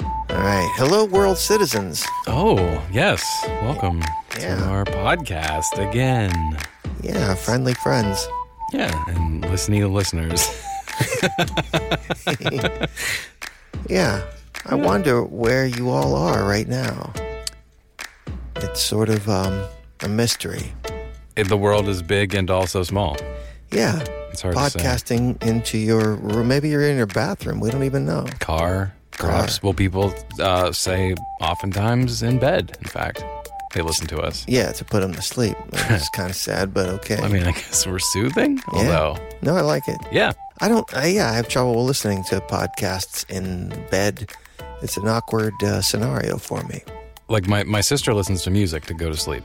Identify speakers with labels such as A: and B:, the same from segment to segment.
A: right. Hello, world citizens.
B: Oh, yes. Welcome to
A: Yeah.
B: our podcast again.
A: Yeah, friendly friends.
B: Yeah, and listening to listeners.
A: Yeah. I wonder where you all are right now. It's sort of um, a mystery.
B: the world is big and also small.
A: Yeah.
B: It's hard to say.
A: Podcasting into your room. Maybe you're in your bathroom. We don't even know.
B: Car, perhaps. Well, people uh, say oftentimes in bed, in fact, they listen to us.
A: Yeah, to put them to sleep. It's kind of sad, but okay.
B: I mean, I guess we're soothing, although,
A: no, I like it.
B: yeah.
A: I don't. I, yeah, I have trouble listening to podcasts in bed. It's an awkward uh, scenario for me.
B: Like my, my sister listens to music to go to sleep.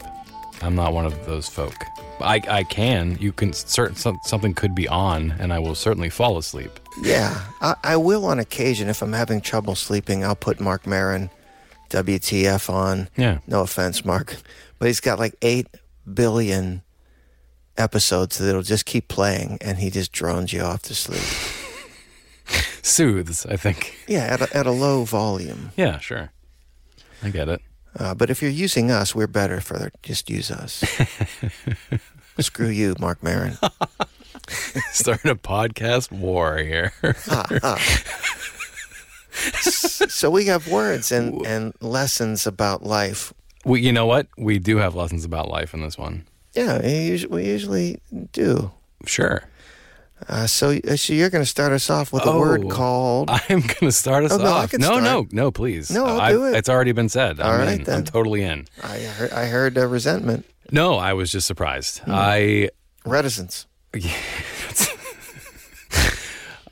B: I'm not one of those folk. I, I can. You can. Certain some, something could be on, and I will certainly fall asleep.
A: Yeah, I, I will on occasion if I'm having trouble sleeping. I'll put Mark Marin, WTF on.
B: Yeah.
A: No offense, Mark, but he's got like eight billion episodes that'll just keep playing, and he just drones you off to sleep.
B: soothes, I think.
A: Yeah, at a, at a low volume.
B: Yeah, sure. I get it.
A: Uh, but if you're using us, we're better for just use us. Screw you, Mark Marin.
B: Starting a podcast war here.
A: so we have words and, and lessons about life.
B: we, you know what? We do have lessons about life in this one.
A: Yeah, we usu- we usually do.
B: Sure.
A: Uh, so, so you're going to start us off with a
B: Oh.
A: word called.
B: I'm going to start us
A: Oh, no, I
B: off.
A: can
B: no,
A: start.
B: no, no, please.
A: No, I'll
B: I-
A: do it.
B: It's already been said.
A: All
B: I'm
A: right,
B: in.
A: then.
B: I'm totally in.
A: I heard, I heard uh, resentment,
B: No, I was just surprised.
A: Hmm.
B: I
A: reticence.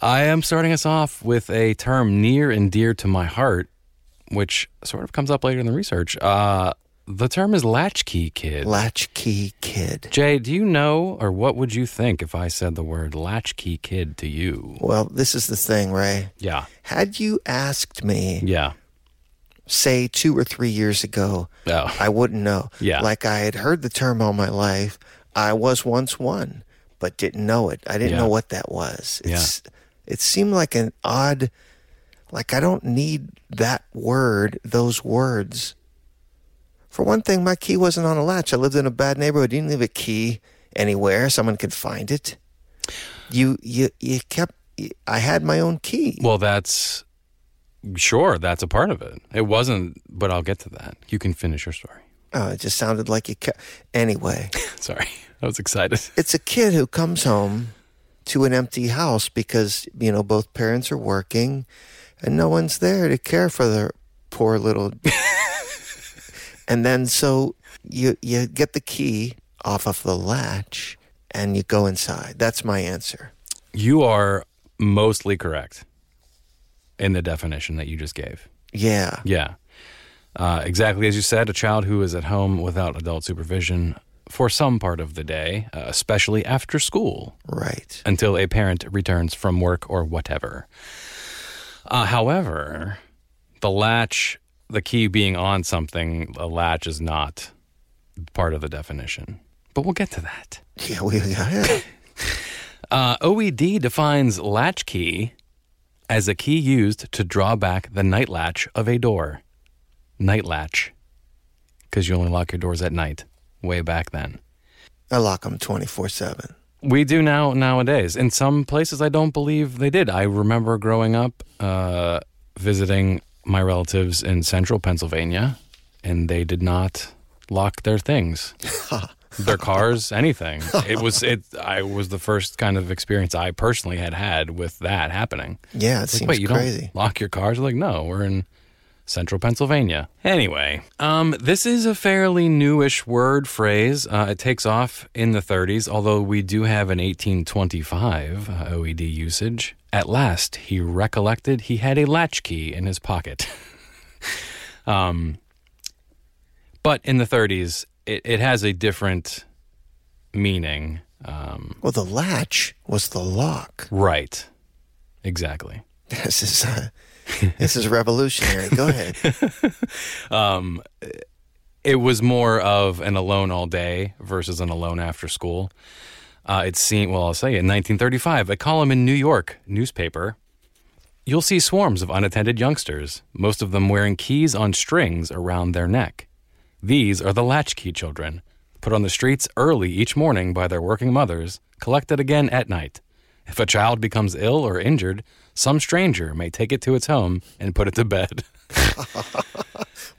B: I am starting us off with a term near and dear to my heart, which sort of comes up later in the research. Uh, the term is latchkey kid.
A: Latchkey kid.
B: Jay, do you know or what would you think if I said the word latchkey kid to you?
A: Well, this is the thing, Ray.
B: Yeah.
A: Had you asked me,
B: Yeah.
A: say, two or three years ago,
B: Oh.
A: I wouldn't know.
B: Yeah.
A: Like I had heard the term all my life. I was once one, but didn't know it. I didn't
B: Yeah.
A: know what that was. It's it seemed like an odd like I don't need that word, those words. For one thing, my key wasn't on a latch. I lived in a bad neighborhood. You didn't leave a key anywhere. Someone could find it. You you you kept I had my own key.
B: Well, that's sure, that's a part of it. It wasn't, but I'll get to that. You can finish your story.
A: Oh, it just sounded like you kept anyway.
B: Sorry. I was excited.
A: it's a kid who comes home to an empty house because you know both parents are working and no one's there to care for their poor little and then so you you get the key off of the latch and you go inside that's my answer
B: You are mostly correct in the definition that you just gave.
A: yeah
B: Yeah. Uh, exactly as you said, a child who is at home without adult supervision for some part of the day, uh, especially after school,
A: right
B: until a parent returns from work or whatever. Uh, however, the latch, the key being on something, a latch is not part of the definition. But we'll get to that.
A: yeah we yeah.
B: Uh, OED defines latch key as a key used to draw back the night latch of a door. Night latch, because you only lock your doors at night. Way back then,
A: i lock them 24/7
B: we do now nowadays. In some places, I don't believe they did. I remember growing up, uh, visiting my relatives in central Pennsylvania, and they did not lock their things. their cars, anything. It was it. I was the first kind of experience I personally had had with that happening.
A: yeah it seems
B: Wait, you
A: crazy
B: don't lock your cars? Like, no, we're in central Pennsylvania. Anyway, um, this is a fairly newish word phrase. Uh, it takes off in the 30s, although we do have an 1825 uh, OED usage. At last, he recollected he had a latchkey in his pocket. um, but in the 30s, it, it has a different meaning. Um,
A: well the latch was the lock
B: right. Exactly.
A: this is uh, this is revolutionary go ahead
B: it was more of an alone all day versus an alone after school. Uh, it seemed, well, I'll say it, in 1935, a column in New York newspaper You'll see swarms of unattended youngsters, most of them wearing keys on strings around their neck. These are the latchkey children, put on the streets early each morning by their working mothers, collected again at night. If a child becomes ill or injured, some stranger may take it to its home and put it to bed.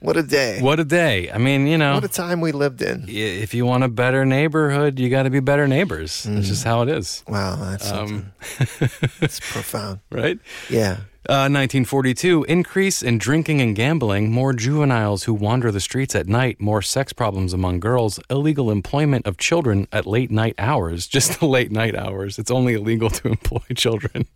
A: What a day. What,
B: what a day. I mean, you know,
A: a time we lived in.
B: i- if you want a better neighborhood, you got to be better neighbors.
A: Mm-hmm.
B: That's just how it is,
A: Wow, that's
B: Um,
A: something. It's profound.
B: right?
A: Yeah.
B: Uh, 1942 increase in drinking and gambling, more juveniles who wander the streets at night, more sex problems among girls, illegal employment of children at late night hours. Just the late night hours. It's only illegal to employ children.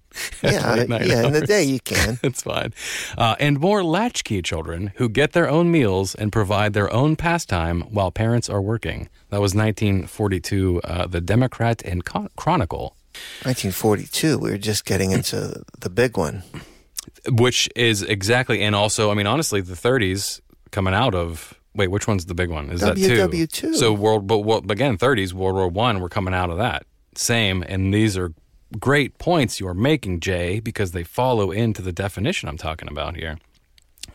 B: at
A: Yeah.
B: late night
A: yeah. In the
B: hours.
A: day, you can.
B: That's fine. Uh, and more latchkey children who get their own meals and provide their own pastime while parents are working. That was 1942, uh, The Democrat and Con- Chronicle,
A: 1942, we were just getting into the big one.
B: which is exactly, and also, I mean, honestly, the 30s coming out of. Wait, which one's the big one? Is that two?
A: WW2.
B: So world, but well, again, 30s, World War One. We're coming out of that same, and these are great points you are making, Jay, because they follow into the definition I'm talking about here.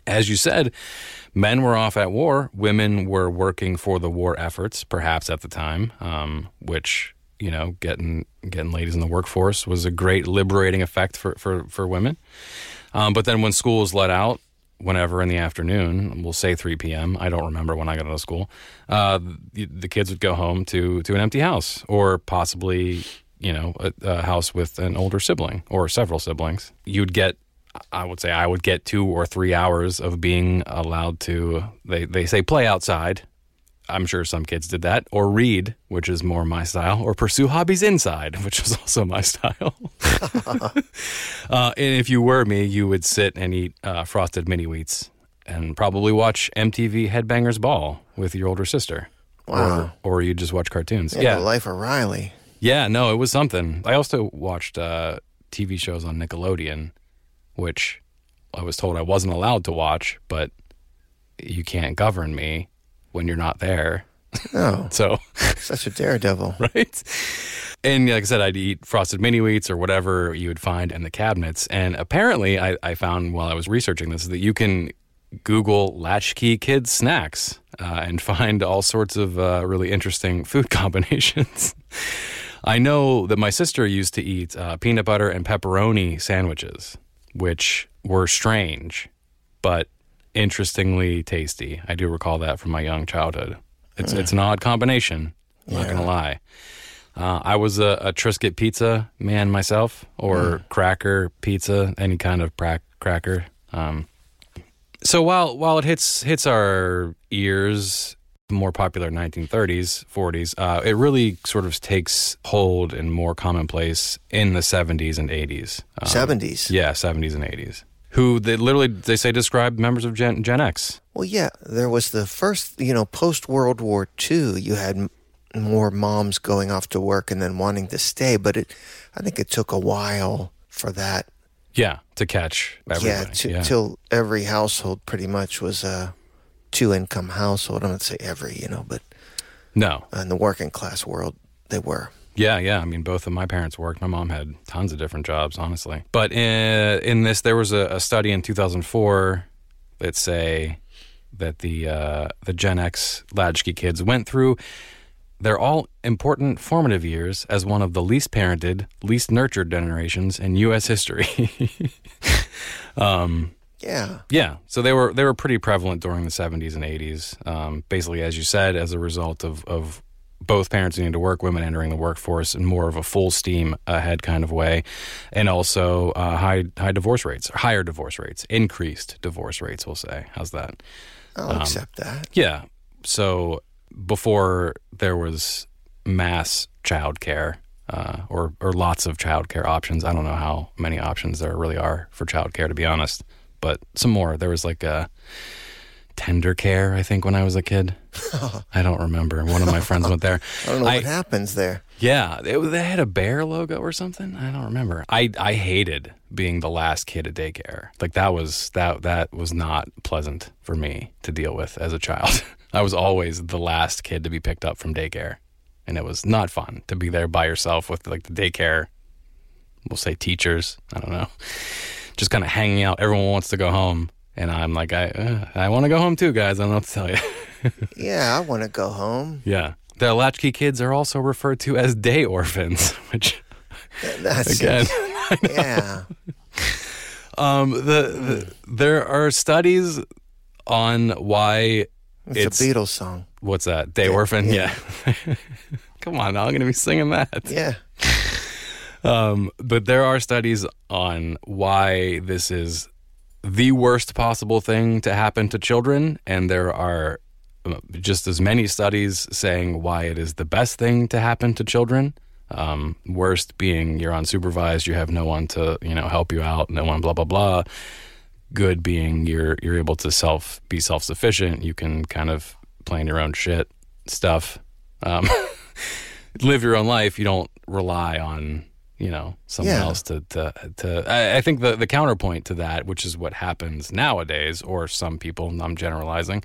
B: As you said, men were off at war, women were working for the war efforts, perhaps at the time, um, which you know, getting getting ladies in the workforce was a great liberating effect for for, for women. Um, but then when school is let out, whenever in the afternoon, we'll say 3 p.m. I don't remember when I got out of school. Uh, the, the kids would go home to to an empty house, or possibly you know a, a house with an older sibling or several siblings. You'd get I would say I would get two or three hours of being allowed to. They they say play outside. I'm sure some kids did that, or read, which is more my style, or pursue hobbies inside, which was also my style. Uh, and if you were me, you would sit and eat uh, frosted mini wheats and probably watch MTV Headbangers Ball with your older sister.
A: Wow.
B: Or, or you'd just watch cartoons.
A: The
B: Yeah.
A: life of Riley.
B: Yeah, no, it was something. I also watched uh, TV shows on Nickelodeon, which I was told I wasn't allowed to watch, but you can't govern me when you're not there.
A: Oh,
B: So.
A: such a daredevil.
B: right? And like I said, I'd eat frosted mini wheats or whatever you would find in the cabinets. And apparently, I, I found while I was researching this that you can Google latchkey kids snacks uh, and find all sorts of uh, really interesting food combinations. I know that my sister used to eat uh, peanut butter and pepperoni sandwiches, which were strange, but interestingly tasty. I do recall that from my young childhood. It's it's an odd combination. I'm Not gonna lie. Uh, I was a, a Triscuit pizza man myself, or cracker pizza, any kind of prac- cracker. Um, so while while it hits hits our ears, more popular 1930s, 40s, uh, it really sort of takes hold and more commonplace in the 70s and 80s. Um,
A: 70s.
B: yeah, 70s and 80s. Who they literally they say describe members of Gen, Gen X.
A: Well, yeah, there was the first, you know, post World War II, you had m- more moms going off to work and then wanting to stay, but it, I think it took a while for that.
B: Yeah, to catch everybody.
A: Yeah, t- till every household pretty much was a two income household. I don't say every, you know, but
B: no.
A: in the working class world, they were.
B: Yeah, yeah. I mean, both of my parents worked. My mom had tons of different jobs, honestly. But in, in this, there was a, a study in 2004 that say that the uh, the Gen X latchkey kids went through. They're all important formative years as one of the least parented, least nurtured generations in U.S. history.
A: Yeah.
B: Yeah, so they were they were pretty prevalent during the 70s and 80s. Um, basically, as you said, as a result of of both parents needing to work, women entering the workforce in more of a full steam ahead kind of way, and also uh, high high divorce rates, higher divorce rates, increased divorce rates. We'll say, how's that?
A: I'll
B: Um,
A: accept that.
B: Yeah. So before there was mass childcare uh, or or lots of childcare options. I don't know how many options there really are for childcare, to be honest. But some more. There was like a tender care, I think, when I was a kid. I don't remember. One of my friends went there.
A: I don't know what happens there.
B: Yeah, they, they had a bear logo or something. I don't remember. I I hated being the last kid at daycare. Like that was that that was not pleasant for me to deal with as a child. I was always the last kid to be picked up from daycare, and it was not fun to be there by yourself with like the daycare. We'll say teachers. I don't know. just kind of hanging out. Everyone wants to go home, and I'm like, I uh, I want to go home too, guys. I don't know what to tell you.
A: Yeah, I want to go home.
B: yeah, the latchkey kids are also referred to as day orphans, which
A: That's
B: again.
A: yeah.
B: Um, the, the there are studies on why
A: It's,
B: It's-
A: a Beatles song.
B: what's that day orphan? Yeah. Come on, now I'm gonna be singing that.
A: Yeah.
B: Um, but there are studies on why this is the worst possible thing to happen to children, and there are uh, just as many studies saying why it is the best thing to happen to children. Um, worst being you're unsupervised, you have no one to you know help you out, no one, blah blah blah. Good being you're you're able to self be self sufficient, you can kind of plan your own shit stuff. Um, live your own life. You don't rely on you know someone
A: Yeah.
B: else to to. to I, I think the the counterpoint to that, which is what happens nowadays, or some people, and I'm generalizing,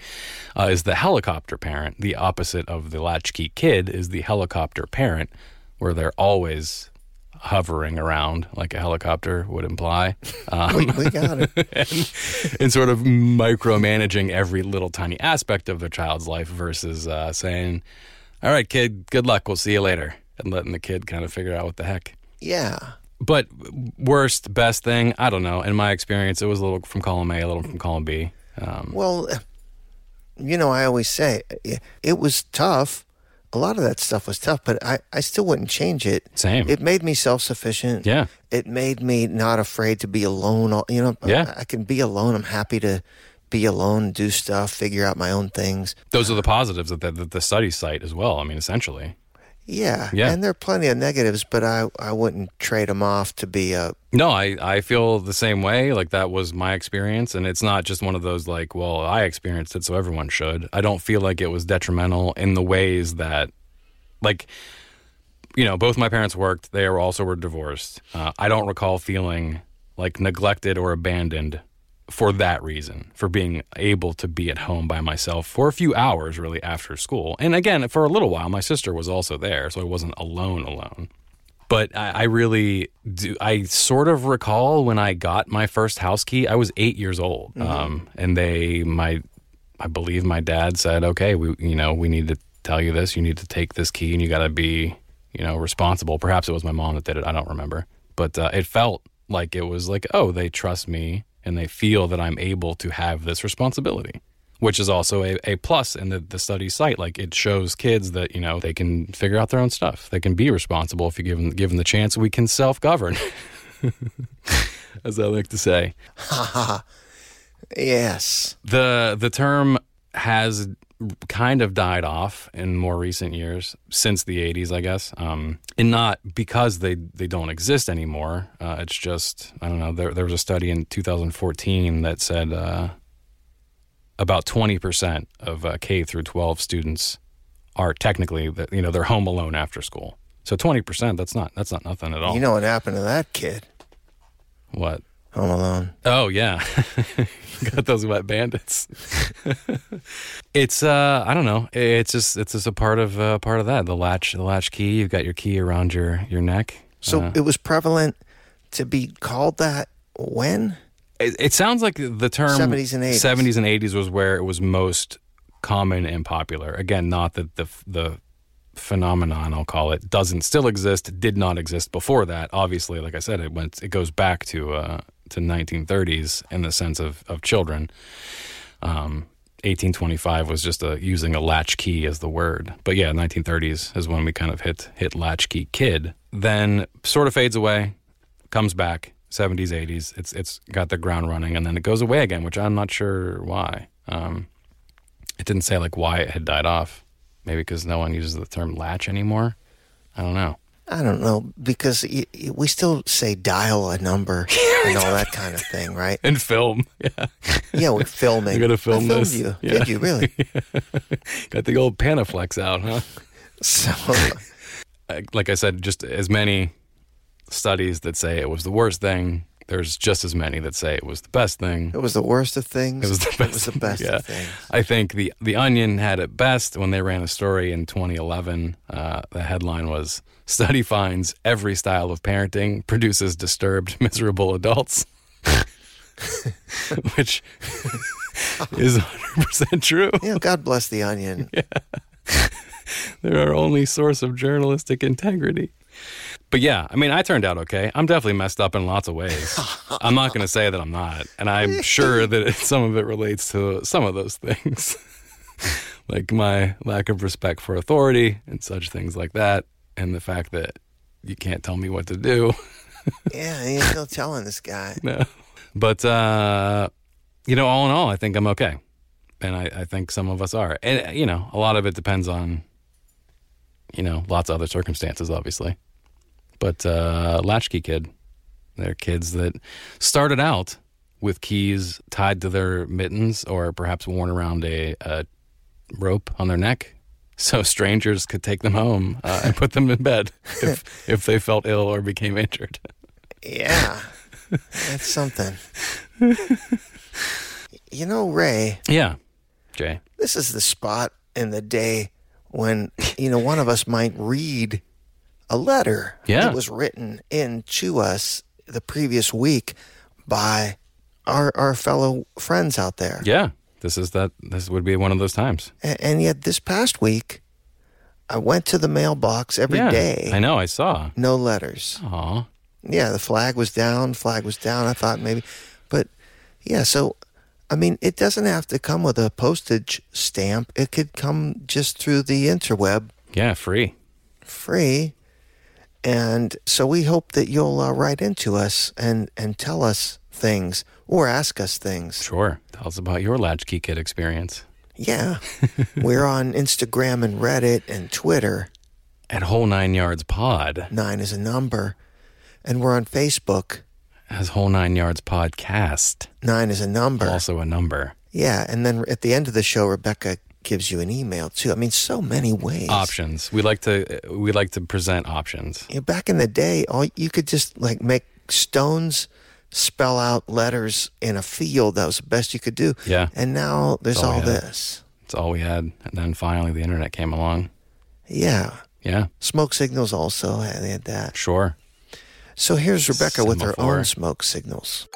B: uh, is the helicopter parent. The opposite of the latchkey kid is the helicopter parent, where they're always hovering around like a helicopter would imply um,
A: We got it.
B: and, and sort of micromanaging every little tiny aspect of their child's life versus uh, saying, "All right, kid, good luck. We'll see you later," and letting the kid kind of figure out what the heck.
A: Yeah.
B: But worst, best thing, I don't know. In my experience, it was a little from column A, a little from column B. Um,
A: Well, you know, I always say it, it was tough. A lot of that stuff was tough, but I, I still wouldn't change it.
B: same,
A: It made me self sufficient.
B: yeah,
A: It made me not afraid to be alone. all- You know,
B: Yeah.
A: I, I can be alone. I'm happy to be alone, do stuff, figure out my own things.
B: those are the positives that the, that the study cite as well. I mean, essentially,
A: Yeah.
B: Yeah.
A: And there are plenty of negatives, but I, I wouldn't trade them off to be a,
B: No, I, I feel the same way. Like that was my experience. And it's not just one of those like, well, I experienced it, so everyone should. I don't feel like it was detrimental in the ways that, like, you know, both my parents worked. They were also were divorced. Uh, I don't recall feeling like neglected or abandoned for that reason, for being able to be at home by myself for a few hours, really, after school. And again, for a little while, my sister was also there, so I wasn't alone, alone but I, I really do. I sort of recall when I got my first house key. I was eight years old, um, and they my I believe my dad said, "Okay, we you know we need to tell you this. You need to take this key, and you got to be you know responsible." Perhaps it was my mom that did it. I don't remember, but uh, it felt like it was like, oh, they trust me and they feel that I'm able to have this responsibility which is also a, a plus in the, the study site. Like it shows kids that, you know, they can figure out their own stuff. They can be responsible if you give them, give them the chance. We can self govern, as I like to say.
A: yes.
B: The, the term has kind of died off in more recent years, since the 80s, I guess. Um, and not because they, they don't exist anymore. Uh, it's just, I don't know, there, there was a study in 2014 that said, uh, about 20% of uh, K through 12 students are technically that you know they're home alone after school. So 20% that's not that's not nothing at all.
A: You know what happened to that kid?
B: what?
A: Home Alone.
B: Oh yeah. Got those wet bandits. it's uh I don't know. It's just it's just a part of uh, part of that. The latch the latch key, you've got your key around your your neck.
A: So
B: Uh-huh.
A: it was prevalent to be called that when?
B: It, it sounds like the term
A: 70s and 80s.
B: 70s and 80s was where it was most common and popular. Again, not that the the phenomenon I'll call it doesn't still exist, did not exist before that. Obviously, like I said, it went it goes back to uh, to 1930s in the sense of of children. Um, 1825 was just a, using a latchkey as the word. But yeah, 1930s is when we kind of hit hit latchkey kid. Then sort of fades away, comes back 70s 80s. It's it's got the ground running and then it goes away again, which I'm not sure why. Um, it didn't say like why it had died off. Maybe because no one uses the term latch anymore. I don't know.
A: I don't know because y- y- we still say dial a number and all that kind of thing, right?
B: In film, yeah,
A: Yeah, we're filming.
B: You're gonna film
A: I filmed
B: this?
A: you.
B: Yeah.
A: Did you really?
B: got the old Panaflex out, huh?
A: So
B: I- like I said, just as many studies that say it was the worst thing. There's just as many that say it was the best thing.
A: it was the worst of things.
B: It was the best.
A: It was the best
B: yeah.
A: of things.
B: I think the the Onion had it best when they ran a story in 2011. Uh, the headline was "Study finds every style of parenting produces disturbed, miserable adults." which is 100% true.
A: Yeah, God bless the onion.
B: They're our only source of journalistic integrity. But yeah, I mean, I turned out okay. I'm definitely messed up in lots of ways. I'm not going to say that I'm not. And I'm sure that it, some of it relates to some of those things, like my lack of respect for authority and such things like that, and the fact that you can't tell me what to do.
A: Yeah, he's no telling this guy.
B: No. But, uh, you know, all in all, I think I'm okay. And I, I think some of us are. And, uh, you know, a lot of it depends on, you know, lots of other circumstances, obviously. But uh, Latchkey Kid, they're kids that started out with keys tied to their mittens or perhaps worn around a, a rope on their neck so strangers could take them home uh, and put them in bed if, if they felt ill or became injured.
A: Yeah, that's something. You know, Ray,
B: Yeah, Jay.
A: this is the spot in the day when, you know, one of us might read a letter
B: Yeah.
A: that was written in to us the previous week by our, our fellow friends out there.
B: Yeah, this is that. This would be one of those times.
A: A- And yet, this past week, I went to the mailbox every day.
B: yeah, I know. I saw.
A: No letters.
B: Aw,
A: Yeah, the flag was down. Flag was down. I thought maybe, but yeah. So, I mean, it doesn't have to come with a postage stamp. It could come just through the interweb,
B: yeah, free.
A: free. And so we hope that you'll uh, write into us and and tell us things or ask us things.
B: Sure. Tell us about your Latchkey Kid experience
A: Yeah, we're on Instagram and Reddit and Twitter.
B: at Whole Nine Yards Pod
A: Nine is a number, and we're on Facebook.
B: as Whole Nine Yards Podcast.
A: Nine is a number.
B: Also a number
A: Yeah, and then at the end of the show, Rebecca gives you an email too. I mean, so many ways.
B: options. We like to we like to present options.
A: You know, back in the day, all you could just like make stones spell out letters in a field. That was the best you could do.
B: Yeah.
A: And now there's
B: all
A: all
B: we have.
A: this.
B: It's all we had, and then finally the internet came along.
A: Yeah.
B: Yeah,
A: Smoke signals also had they had that.
B: sure.
A: So here's Rebecca with her
B: Semaphore.
A: own smoke signals.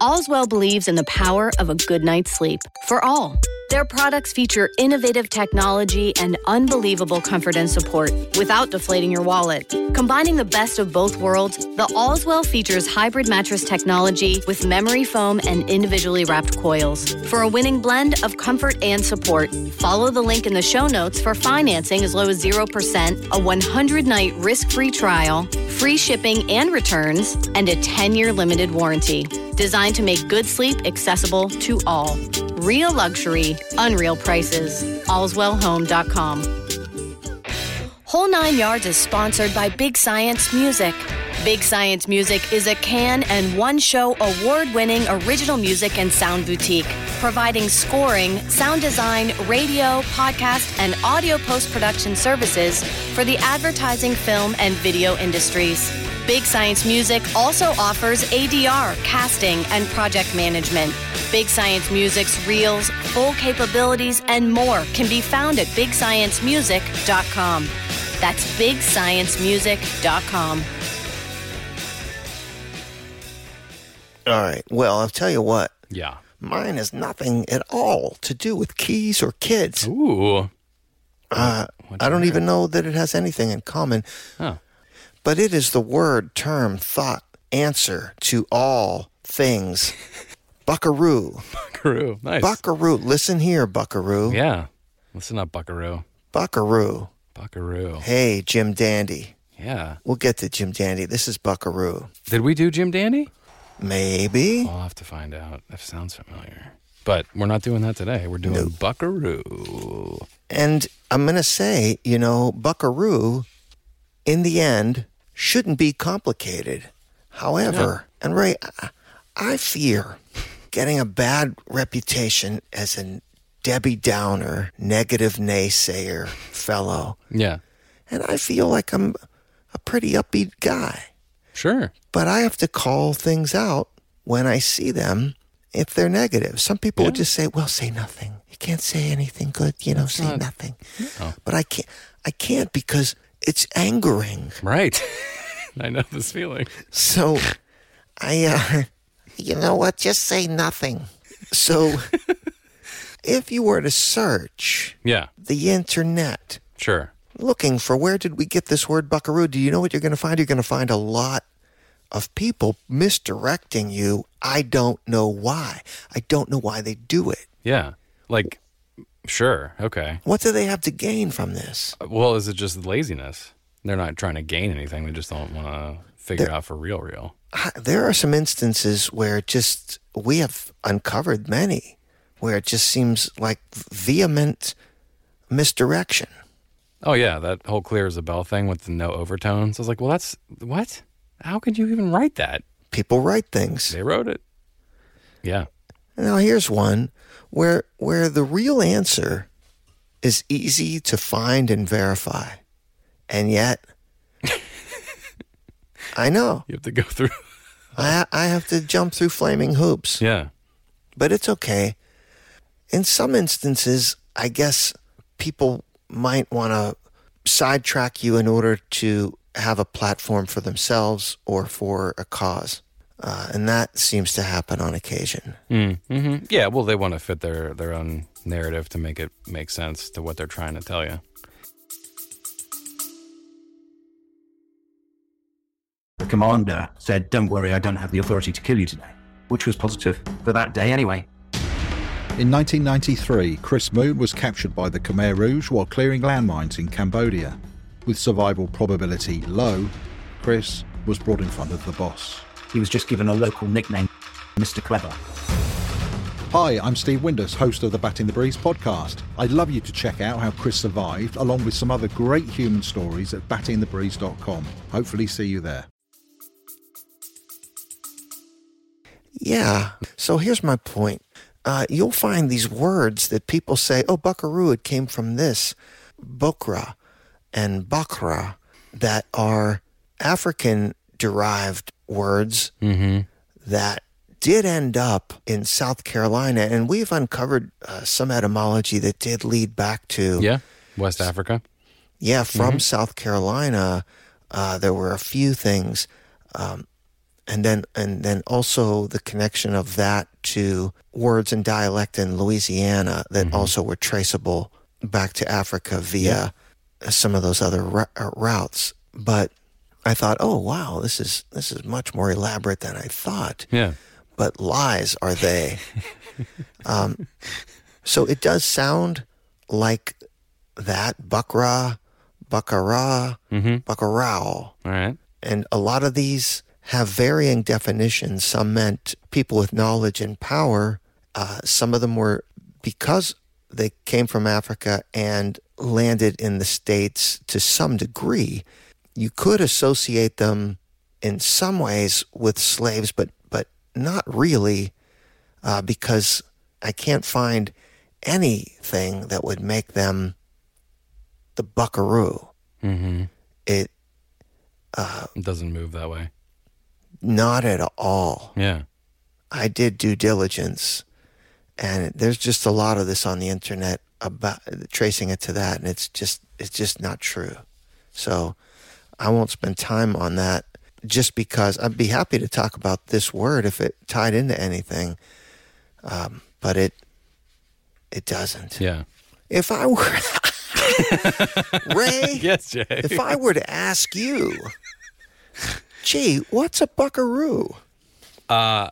C: Allswell believes in the power of a good night's sleep for all. Their products feature innovative technology and unbelievable comfort and support without deflating your wallet. Combining the best of both worlds, the Allswell features hybrid mattress technology with memory foam and individually wrapped coils for a winning blend of comfort and support. Follow the link in the show notes for financing as low as 0%, a 100 night risk free trial, free shipping and returns, and a 10 year limited warranty. Designed to make good sleep accessible to all. Real luxury, unreal prices. AllswellHome.com. Whole Nine Yards is sponsored by Big Science Music. Big Science Music is a can and one show award winning original music and sound boutique, providing scoring, sound design, radio, podcast, and audio post production services for the advertising, film, and video industries. Big Science Music also offers ADR, casting, and project management. Big Science Music's reels, full capabilities, and more can be found at BigScienceMusic.com. That's BigScienceMusic.com.
A: All right. Well, I'll tell you what.
B: Yeah.
A: Mine has nothing at all to do with keys or kids.
B: Ooh.
A: Uh, I don't even know that it has anything in common.
B: Oh.
A: but it is the word, term, thought, answer to all things. Buckaroo.
B: Buckaroo. Nice.
A: Buckaroo. Listen here, Buckaroo.
B: yeah. Listen up, Buckaroo.
A: Buckaroo.
B: Buckaroo.
A: Hey, Jim Dandy.
B: Yeah.
A: We'll get to Jim Dandy. This is Buckaroo.
B: Did we do Jim Dandy?
A: Maybe.
B: I'll have to find out. That sounds familiar. But we're not doing that today. We're doing Buckaroo.
A: And I'm going to say, you know, Buckaroo, in the end, shouldn't be complicated. However, and Ray, I, I fear getting a bad reputation as a Debbie Downer, negative naysayer fellow.
B: Yeah.
A: And I feel like I'm a pretty upbeat guy,
B: Sure.
A: but I have to call things out when I see them if they're negative. Some people would just say, well, say nothing. You can't say anything good, you know, say nothing. But I can't, I can't because it's angering.
B: Right. I know this feeling.
A: So I, uh, you know what? Just say nothing. So if you were to search
B: Yeah,
A: the internet
B: sure.
A: looking for where did we get this word buckaroo, do you know what you're going to find? You're going to find a lot of people misdirecting you. I don't know why. I don't know why they do it.
B: Yeah. Like, sure. Okay.
A: What do they have to gain from this?
B: Well, is it just laziness? They're not trying to gain anything. They just don't want to figure it out for real, real.
A: I- there are some instances where just we have uncovered many where it just seems like vehement misdirection.
B: Oh, yeah. That whole clear as a bell thing with the no overtones. I was like, well, that's what? How could you even write that?
A: People write things.
B: They wrote it. Yeah.
A: Now here's one where where the real answer is easy to find and verify. And yet I know.
B: You have to go through.
A: I I have to jump through flaming hoops.
B: yeah.
A: but it's okay. In some instances, I guess people might want to sidetrack you in order to have a platform for themselves or for a cause. Uh, and that seems to happen on occasion.
B: Mm-hmm. Yeah. Well, they want to fit their, their own narrative to make it make sense to what they're trying to tell you.
D: The commander said, Don't worry, I don't have the authority to kill you today, which was positive for that day anyway.
E: In 1993, Chris Moon was captured by the Khmer Rouge while clearing landmines in Cambodia. With survival probability low, Chris was brought in front of the boss.
D: He was just given a local nickname, Mr. Clever.
E: Hi, I'm Steve Windus, host of the Bat in the Breeze podcast. I'd love you to check out how Chris survived, along with some other great human stories at batinthebreeze.com. Hopefully, see you there.
A: Yeah. So here's my point. Uh, you'll find these words that people say, oh, buckaroo, it came from this, bokra and bakra, that are African derived words that did end up in South Carolina. And we've uncovered uh, some etymology that did lead back to.
B: Yeah. West Africa.
A: Yeah, from South Carolina, uh, there were a few things, um, and then and then also the connection of that to words and dialect in Louisiana that also were traceable back to Africa via some of those other ru- uh, routes. But I thought, oh wow, this is this is much more elaborate than I thought
B: Yeah.
A: but lies are they. um, so it does sound like that Buckra, Buckara, Buckarao.
B: All right.
A: And a lot of these have varying definitions. Some meant people with knowledge and power. Uh, some of them were because they came from Africa and landed in the States to some degree. You could associate them in some ways with slaves, but, but not really, uh, because I can't find anything that would make them the buckaroo.
B: Mm-hmm.
A: It
B: It doesn't move that way.
A: not at all.
B: Yeah.
A: I did due diligence, and there's just a lot of this on the internet about tracing it to that, and it's just it's just not true. So I won't spend time on that just because I'd be happy to talk about this word if it tied into anything, um, but it it doesn't.
B: Yeah.
A: If I were Ray,
B: Yes, Jay.
A: if I were to ask you, gee, what's a buckaroo?
B: I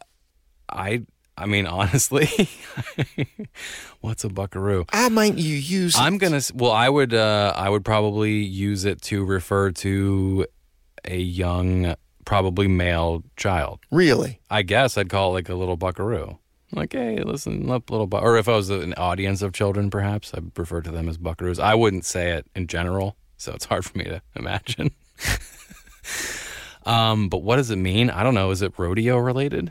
B: I mean honestly, what's a buckaroo?
A: How might you use?
B: I'm gonna s- well, I would uh, I would probably use it to refer to a young, probably male child.
A: Really?
B: I guess I'd call it like a little buckaroo. Like, hey, listen up, little buck. Or if I was an audience of children, perhaps I'd refer to them as buckaroos. I wouldn't say it in general, so it's hard for me to imagine. um, but what does it mean? I don't know. Is it rodeo related?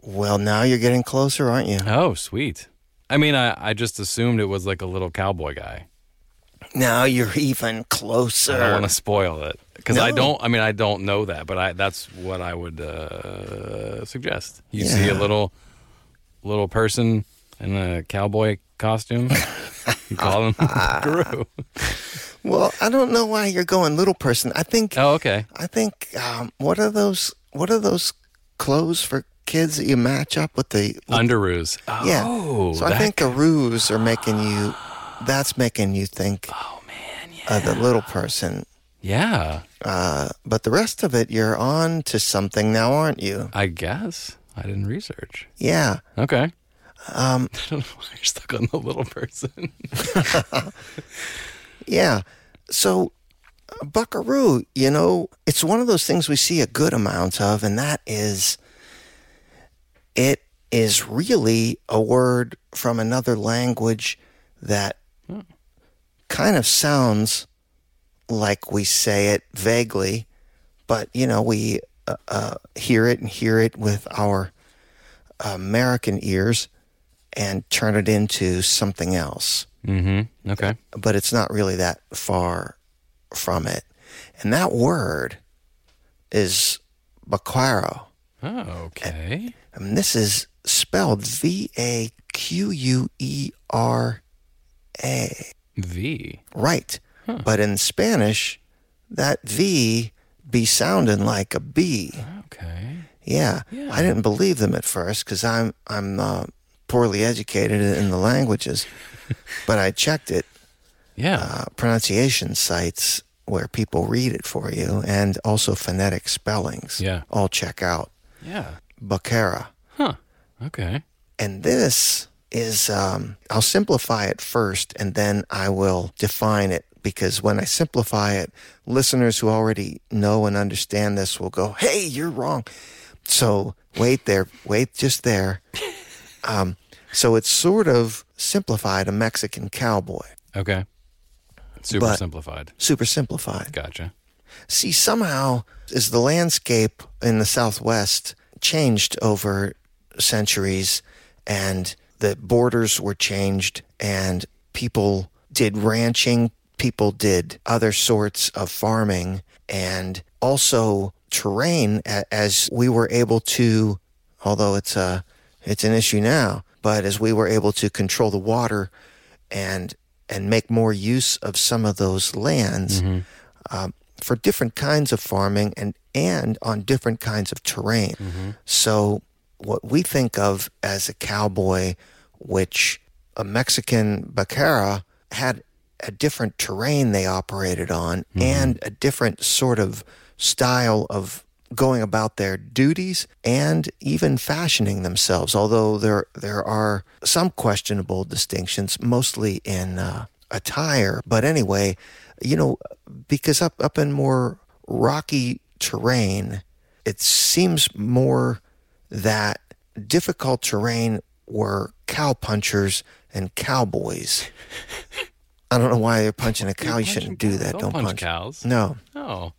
A: Well, now you're getting closer, aren't you?
B: Oh, sweet. I mean, I, I just assumed it was like a little cowboy guy.
A: Now you're even
B: I don't want
A: closer.
B: to spoil it because I
A: No.
B: don't. I mean, I don't know that, but I that's what I would uh, suggest. You see a
A: Yeah.
B: little little person in a cowboy costume. you call him Guru.
A: Well, I don't know why you're going little person. I think
B: Oh, okay.
A: I think um, what are those what are those clothes for kids that you match up with the
B: Underoos.
A: yeah.
B: Uh, Oh,
A: so I
B: that-
A: think the ruse are making you. That's making you think. Oh man, yeah. Uh, the little person,
B: yeah.
A: uh, but the rest of it, you're on to something now, aren't you?
B: I guess I didn't research.
A: Yeah.
B: Okay. Um, I don't know why you're stuck on the little person.
A: Yeah. So, uh, Buckaroo, you know, it's one of those things we see a good amount of, and that is it is really a word from another language that kind of sounds like we say it vaguely, but, you know, we uh, uh, hear it and hear it with our American ears and turn it into something else
B: mm-hmm. Okay.
A: but it's not really that far from it. And that word is baquaro.
B: Okay.
A: And this is spelled V A Q U E R.
B: V.
A: Right. But in Spanish, that V be sounding like a B.
B: Okay.
A: Yeah. I didn't believe them at first because I'm, I'm uh, poorly educated in the languages. but I checked it
B: Yeah.
A: uh, pronunciation sites where people read it for you and also phonetic spellings.
B: Yeah.
A: All check out
B: yeah.
A: Baccara.
B: Huh. Okay.
A: And this is, um, I'll simplify it first and then I will define it because when I simplify it, listeners who already know and understand this will go, hey, you're wrong. So wait there, wait just there. Um, so it's sort of simplified a Mexican cowboy,
B: Okay. Super
A: But-
B: simplified.
A: super simplified.
B: Gotcha.
A: See, somehow, as the landscape in the Southwest changed over centuries and the borders were changed and people did ranching, people did other sorts of farming, and also terrain a- as we were able to, although it's a, it's an issue now, but as we were able to control the water and and make more use of some of those lands, for different kinds of farming and and on different kinds of terrain. So what we think of as a cowboy, which a Mexican vaquera had a different terrain they operated on and a different sort of style of going about their duties and even fashioning themselves. Although there there are some questionable distinctions, mostly in uh, attire. But anyway, you know, because up up in more rocky terrain, it seems more that difficult terrain were cow punchers and cowboys. I don't know why you're punching a cow. You shouldn't do that.
B: Don't,
A: Don't
B: punch,
A: punch.
B: cows.
A: No,
B: Oh.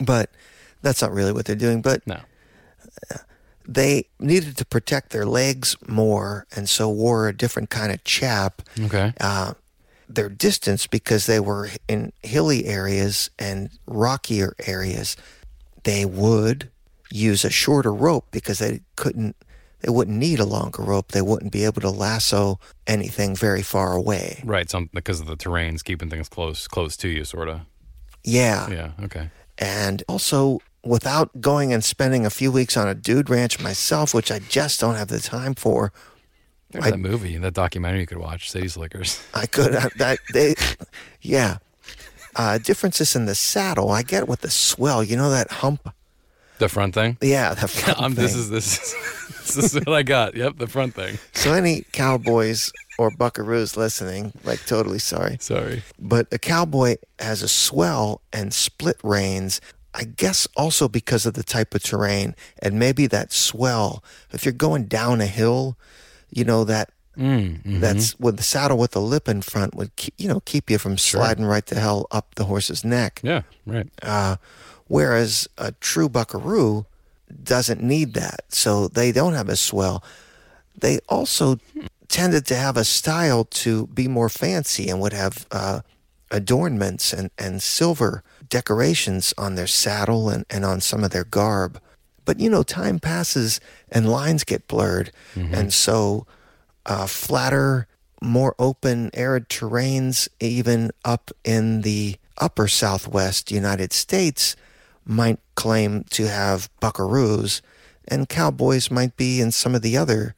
A: but that's not really what they're doing. But
B: No.
A: they needed to protect their legs more and so wore a different kind of chap
B: Okay.
A: uh, their distance because they were in hilly areas and rockier areas they would use a shorter rope because they couldn't they wouldn't need a longer rope they wouldn't be able to lasso anything very far away
B: Right. Some because of the terrain's keeping things close, close to you, sort of.
A: yeah
B: Yeah. Okay.
A: and also without going and spending a few weeks on a dude ranch myself which i just don't have the time for
B: There's that movie, that documentary you could watch, City Slickers.
A: I could. I, that they, yeah. Uh, differences in the saddle. I get with the swell. You know that hump.
B: The front thing.
A: Yeah, the front
B: Um, this
A: thing.
B: is this is this is what I got. Yep, the front thing.
A: so any cowboys or buckaroos listening, like totally sorry,
B: Sorry.
A: but a cowboy has a swell and split reins. I guess also because of the type of terrain and maybe that swell. If you're going down a hill, you know that
B: Mm, mm-hmm.
A: that's with the saddle with the lip in front would keep, you know keep you from sliding right the hell up the horse's neck.
B: Yeah. Right.
A: Whereas a true buckaroo doesn't need that. So they don't have a swell. They also tended to have a style to be more fancy and would have uh, adornments and, and silver decorations on their saddle and, and on some of their garb. But you know, time passes and lines get blurred. And so uh, flatter, more open, arid terrains, even up in the upper southwest United States, might claim to have buckaroos and cowboys might be in some of the other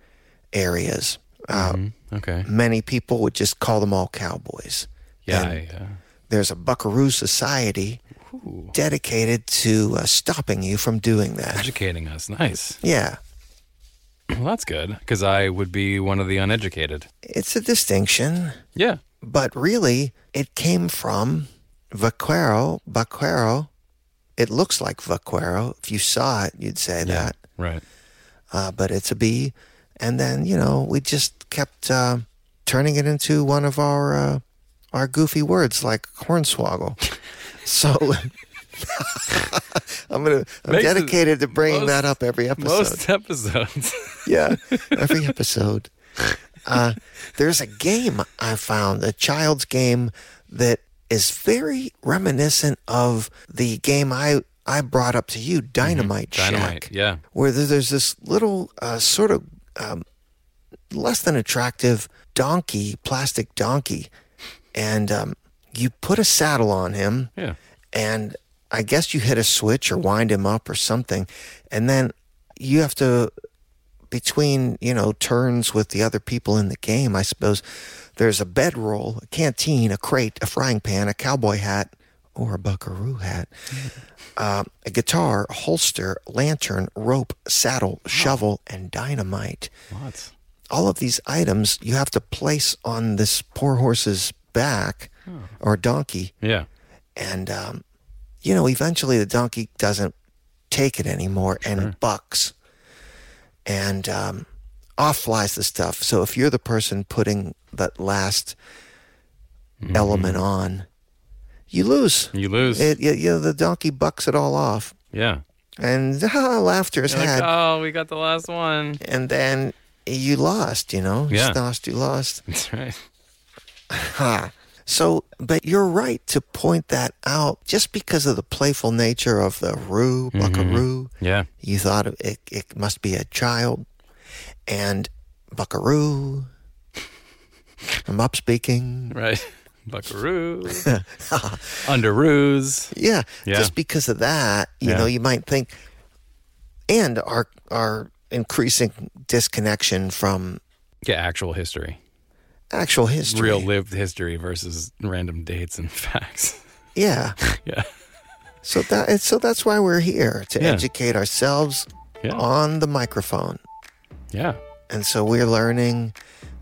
A: areas. Uh,
B: Okay.
A: Many people would just call them all cowboys.
B: Yeah. uh,
A: And
B: yeah.
A: there's a Buckaroo Society dedicated to uh, stopping you from doing that.
B: Educating us. Nice.
A: Yeah,
B: Well, that's good because I would be one of the uneducated.
A: it's a distinction.
B: Yeah.
A: but really it came from vaquero vaquero it looks like vaquero if you saw it you'd say that
B: Right.
A: uh, but it's a b and then you know we just kept uh, turning it into one of our uh, our goofy words like hornswoggle so i'm gonna i'm
B: Makes it
A: dedicated to bringing
B: most-
A: that up every episode
B: Most episodes.
A: yeah, every episode. Uh, there's a game I found, a child's game that is very reminiscent of the game I, I brought up to you, Dynamite Shack,
B: Mm-hmm. Dynamite. Yeah.
A: where there- there's this little uh, sort of um, less than attractive donkey, plastic donkey, and um, you put a saddle on him
B: Yeah.
A: and I guess you hit a switch or wind him up or something, and then you have to between you know turns with the other people in the game. I suppose there's a bedroll, a canteen, a crate, a frying pan, a cowboy hat or a buckaroo hat, um, a guitar, a holster, lantern, rope, saddle, shovel, and dynamite
B: Lots.
A: all of these items you have to place on this poor horse's back or donkey
B: Yeah.
A: and um, you know eventually the donkey doesn't take it anymore and bucks and um, off flies the stuff so if you're the person putting that last
B: Mm-hmm.
A: element on you lose
B: You lose.
A: it, you, you know, the donkey bucks it all off
B: yeah.
A: and laughter is
B: You're like,
A: had
B: oh, we got the last one.
A: and then you lost you know
B: Yeah.
A: you lost you lost
B: That's right.
A: Ha. So, but you're right to point that out just because of the playful nature of the roo,
B: Mm-hmm.
A: buckaroo.
B: Yeah.
A: You thought of it, it must be a child. And buckaroo. I'm up speaking.
B: Right. Buckaroo. Under ruse.
A: Yeah,
B: Yeah.
A: Just because of that, you
B: Yeah.
A: know, you might think, and our, our increasing disconnection from
B: Yeah, actual history.
A: actual history.
B: Real lived history versus random dates and facts.
A: Yeah.
B: Yeah.
A: So that so that's why we're here to
B: Yeah.
A: educate ourselves
B: Yeah.
A: on the microphone.
B: Yeah.
A: And so we're learning,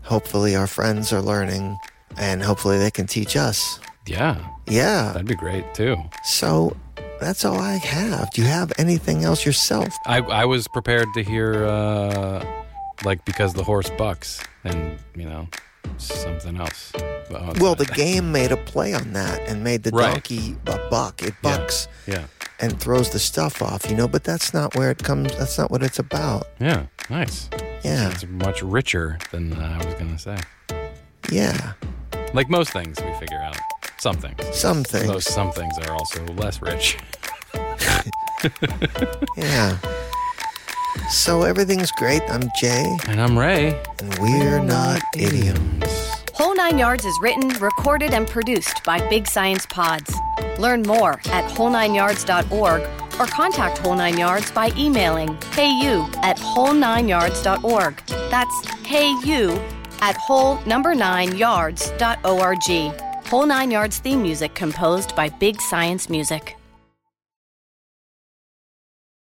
A: hopefully our friends are learning and hopefully they can teach us.
B: Yeah.
A: Yeah.
B: That'd be great too.
A: So that's all I have. Do you have anything else yourself?
B: I, I was prepared to hear, uh, like, because the horse bucks and, you know, something else. But, oh, it's
A: Well,
B: not-
A: the game made a play on that and made the
B: Right.
A: donkey a buck. It
B: Yeah.
A: bucks
B: Yeah.
A: and throws the stuff off, you know, but that's not where it comes that's not what it's about.
B: Yeah. Nice.
A: Yeah.
B: It's much richer than I was going to say.
A: Yeah.
B: Like most things, we figure out some things.
A: Some things.
B: Most some things are also less rich.
A: Yeah. So everything's great. I'm Jay,
B: And I'm Ray.
A: and we're not idioms.
C: Whole Nine Yards is written, recorded, and produced by Big Science Pods. Learn more at whole9yards.org or contact Whole Nine Yards by emailing ku at whole9yards.org. That's ku at whole number nine yards.org. Whole Nine Yards theme music composed by Big Science Music.